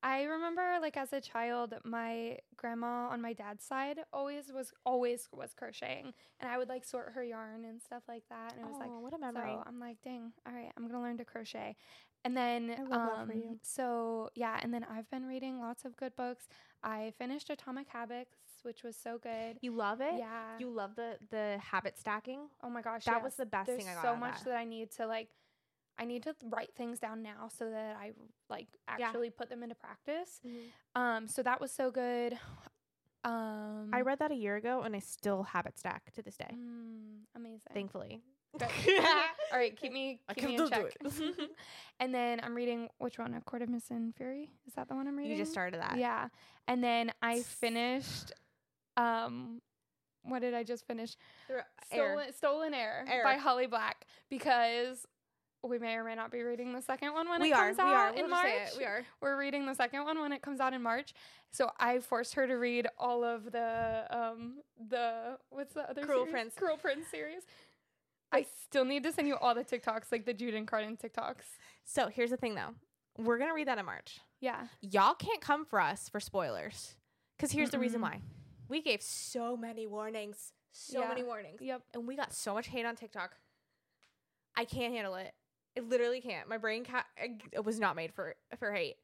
S2: I remember, like as a child, my grandma on my dad's side always was always was crocheting, and I would like sort her yarn and stuff like that. And it was like,
S1: what a memory
S2: so I'm like, dang, all right, I'm gonna learn to crochet. And then,
S1: I love that
S2: um,
S1: for you.
S2: so yeah, and then I've been reading lots of good books. I finished Atomic Habits, which was so good.
S1: you love it
S2: Yeah.
S1: you love the the habit stacking
S2: oh my gosh,
S1: that
S2: yes.
S1: was the best
S2: There's
S1: thing i got
S2: so
S1: out of
S2: much
S1: that.
S2: that. I need to like. I need to write things down now so that I like
S1: Yeah.
S2: actually put them into practice.
S1: Mhm.
S2: Um, so that was so good. Um,
S1: I read that a year ago and I still have it stacked to this day,
S2: Mm, amazing.
S1: thankfully.
S2: Great. All right, keep me
S1: I
S2: keep me
S1: can
S2: in
S1: still
S2: check.
S1: do it. Mm-hmm.
S2: and then I'm reading which one? A Court of Mist and Fury. Is that the one I'm reading?
S1: you just started that.
S2: Yeah, and then I finished. Um, what did I just finish?
S1: Air.
S2: Stolen, Stolen Air,
S1: Air.
S2: by Holly Black because we may or may not be reading the second one when
S1: we
S2: it
S1: are.
S2: comes
S1: We
S2: out
S1: are.
S2: in
S1: We'll just
S2: March.
S1: say it. We are.
S2: We're reading the second one when it comes out in March. So I forced her to read all of the um the what's the other
S1: Cruel
S2: series?
S1: Prince.
S2: Cruel Prince series. I still need to send you all the TikToks, like the Jude and Carden TikToks.
S1: So here's the thing though. We're going to read that in March.
S2: Yeah.
S1: Y'all can't come for us for spoilers. Because here's the reason
S2: Mm-mm.
S1: why. We gave so many warnings. So
S2: Yeah.
S1: many warnings.
S2: Yep.
S1: And we got so much hate on TikTok. I can't handle it. I literally can't. My brain ca- it was not made for for hate.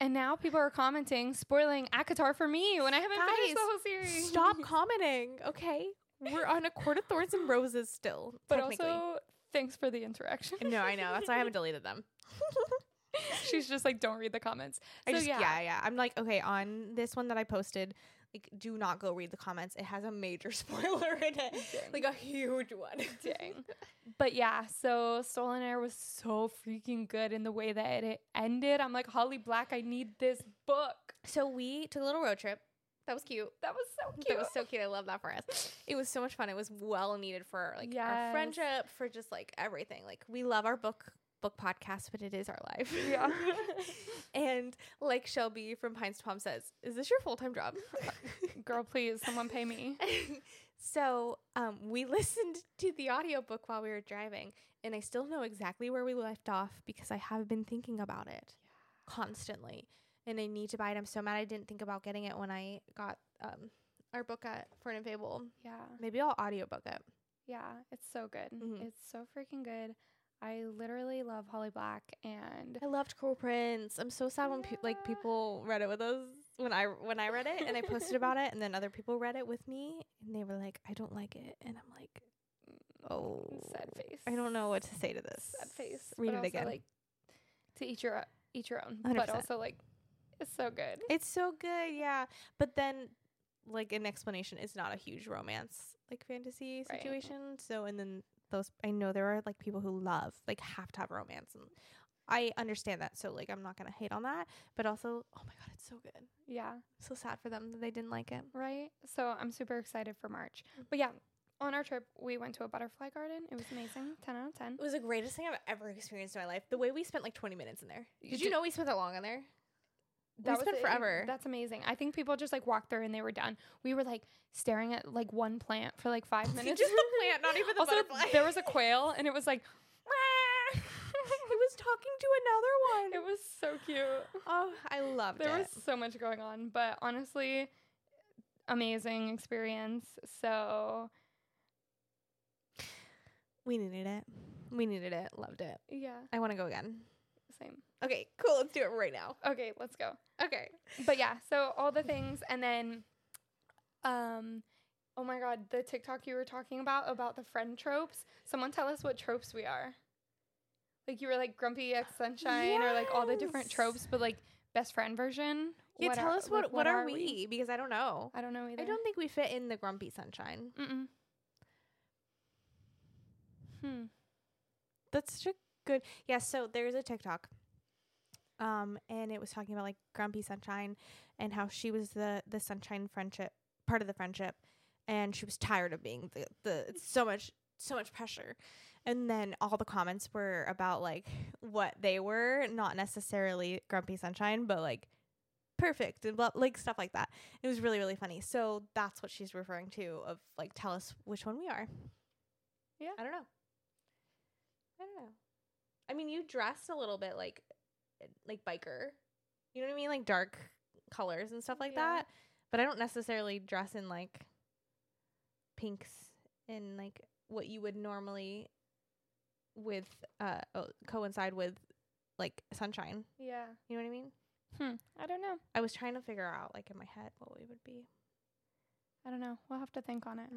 S2: And now people are commenting, spoiling Akatar for me when I haven't finished the
S1: Guys,
S2: whole series.
S1: Stop commenting, okay? We're on a court of thorns and roses still.
S2: But
S1: technically.
S2: also, thanks for the interaction.
S1: no, I know. That's why I haven't deleted them.
S2: She's just like, don't read the comments.
S1: I
S2: so
S1: just
S2: yeah.
S1: yeah. yeah, I'm like, okay, on this one that I posted, like, do not go read the comments. It has a major spoiler in it,
S2: Dang.
S1: like a huge one.
S2: Dang. But yeah, so Stolen Air was so freaking good in the way that it ended. I'm like, Holly Black, I need this book.
S1: So we took a little road trip. That was cute.
S2: That was so
S1: That
S2: cute.
S1: was so cute. I love that for us. It was so much fun. It was well needed for like our
S2: Yes.
S1: friendship, for just like everything. Like we love our book book podcast, but it is our life.
S2: Yeah.
S1: and like Shelby from Pines to Palm says, "Is this your full time job?"
S2: Girl, please, someone pay me.
S1: so um, we listened to the audiobook while we were driving, and I still know exactly where we left off because I have been thinking about it constantly, and I need to buy it. I'm so mad I didn't think about getting it when I got um, our book at Fern and Fable.
S2: Yeah.
S1: Maybe I'll audiobook it.
S2: Yeah. It's so good.
S1: Mhm.
S2: It's so freaking good. I literally love Holly Black and
S1: I loved Cool Prince. I'm so sad when pe- like
S2: Yeah.
S1: people read it with us when I when I read it and I posted about it, and then other people read it with me, and they were like, "I don't like it," and I'm like, "Oh,
S2: Sad Face.
S1: I don't know what to say to this.
S2: Sad Face.
S1: Read
S2: but
S1: it
S2: also,
S1: again.
S2: Like, to eat your, eat your own. But
S1: 100%.
S2: also, like, it's so good.
S1: it's so good, yeah. But then, like an explanation is not a huge romance like fantasy
S2: Right.
S1: situation. So and then those I know there are like people who love like have to have romance, and I understand that. So like I'm not gonna hate on that. But also, oh my god, it's so good.
S2: Yeah.
S1: So sad for them that they didn't like it. Mm.
S2: right? So I'm super excited for March. But yeah, on our trip, we went to a butterfly garden. It was amazing. 10 out of 10.
S1: It was the greatest thing I've ever experienced in my life. The way we spent like 20 minutes in there. Did,
S2: Did
S1: you
S2: you-
S1: know we spent that long in there?
S2: That
S1: spent
S2: a-
S1: forever.
S2: That's amazing. I think people just like walked through and they were done. We were like staring at like one plant for like five minutes.
S1: Just the plant, not even the
S2: also,
S1: butterfly.
S2: there was a quail and it was like,
S1: it was talking to another
S2: it
S1: one.
S2: was so cute.
S1: Oh, I loved
S2: There
S1: it.
S2: was so much going on, but honestly, amazing experience. So
S1: we needed it. We needed it. Loved it.
S2: yeah,
S1: I want to go again.
S2: same.
S1: Okay, cool. Let's do it right now.
S2: Okay, let's go.
S1: Okay.
S2: But yeah, so all the things, and then, um, oh my god, the TikTok you were talking about about the friend tropes. Someone tell us what tropes we are. Like you were like grumpy ex sunshine, or like all the different
S1: Yes.
S2: tropes, but like best friend version.
S1: Yeah,
S2: What
S1: tell
S2: are-
S1: us what,
S2: like,
S1: what are we? Because I don't know.
S2: I don't know either.
S1: I don't think we fit in the grumpy sunshine.
S2: Mm-mm. Hmm.
S1: That's such a good. Yeah, so there's a TikTok. Um and it was talking about like grumpy sunshine and how she was the the sunshine friendship part of the friendship and she was tired of being the the it's so much so much pressure. And then all the comments were about like what they were, not necessarily grumpy sunshine, but like perfect and blah, like stuff like that. It was really really funny. So that's what she's referring to of like tell us which one we are.
S2: Yeah.
S1: I don't know. I don't know. I mean, you dressed a little bit like like biker. You know what I mean? Like dark colors and stuff like
S2: Yeah.
S1: that. But I don't necessarily dress in like pinks and like what you would normally with uh uh, coincide with like sunshine.
S2: Yeah.
S1: You know what I mean?
S2: Hmm. I don't know.
S1: I was trying to figure out like in my head what we would be.
S2: I don't know. We'll have to think on it.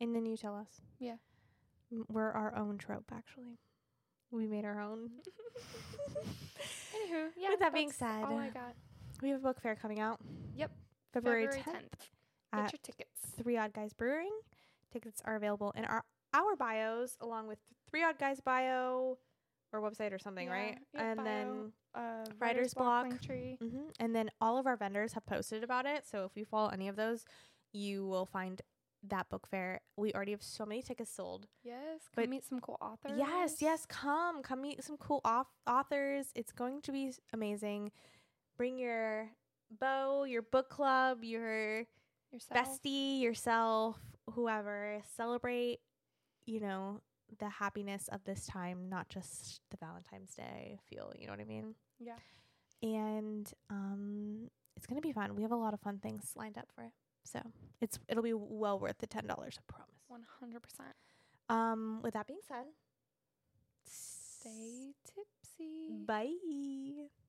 S1: And then you tell us.
S2: Mm. Yeah.
S1: M- We're our own trope actually. We made our own.
S2: Anywho, yeah.
S1: With that being
S2: that's all I
S1: said,
S2: got.
S1: we have a book fair coming out.
S2: Yep.
S1: February, uh, 10th.
S2: Get
S1: at-
S2: your tickets.
S1: Three Odd Guys Brewing. Tickets are available in our our bios, along with Three Odd Guys bio or website or something,
S2: Yeah,
S1: right?
S2: yeah,
S1: and
S2: bio.
S1: then
S2: Uh,
S1: Writer's Block.
S2: Linktree.
S1: hmm and then all of our vendors have posted about it. So if you follow any of those, you will find that book fair. We already have so many tickets sold.
S2: Yes. Come
S1: But-
S2: meet some cool authors.
S1: Yes, yes, come. Come meet some cool auth- authors. It's going to be s- amazing. Bring your bow, your book club, your
S2: Yourself.
S1: bestie, yourself, whoever. Celebrate, you know, the happiness of this time, not just the Valentine's Day feel. You know what I mean?
S2: Yeah.
S1: And um, it's gonna be fun. We have a lot of fun things lined up for it, so it's it'll be well worth the ten dollars. I promise.
S2: One hundred percent.
S1: Um, with that being said,
S2: Stay tipsy.
S1: bye.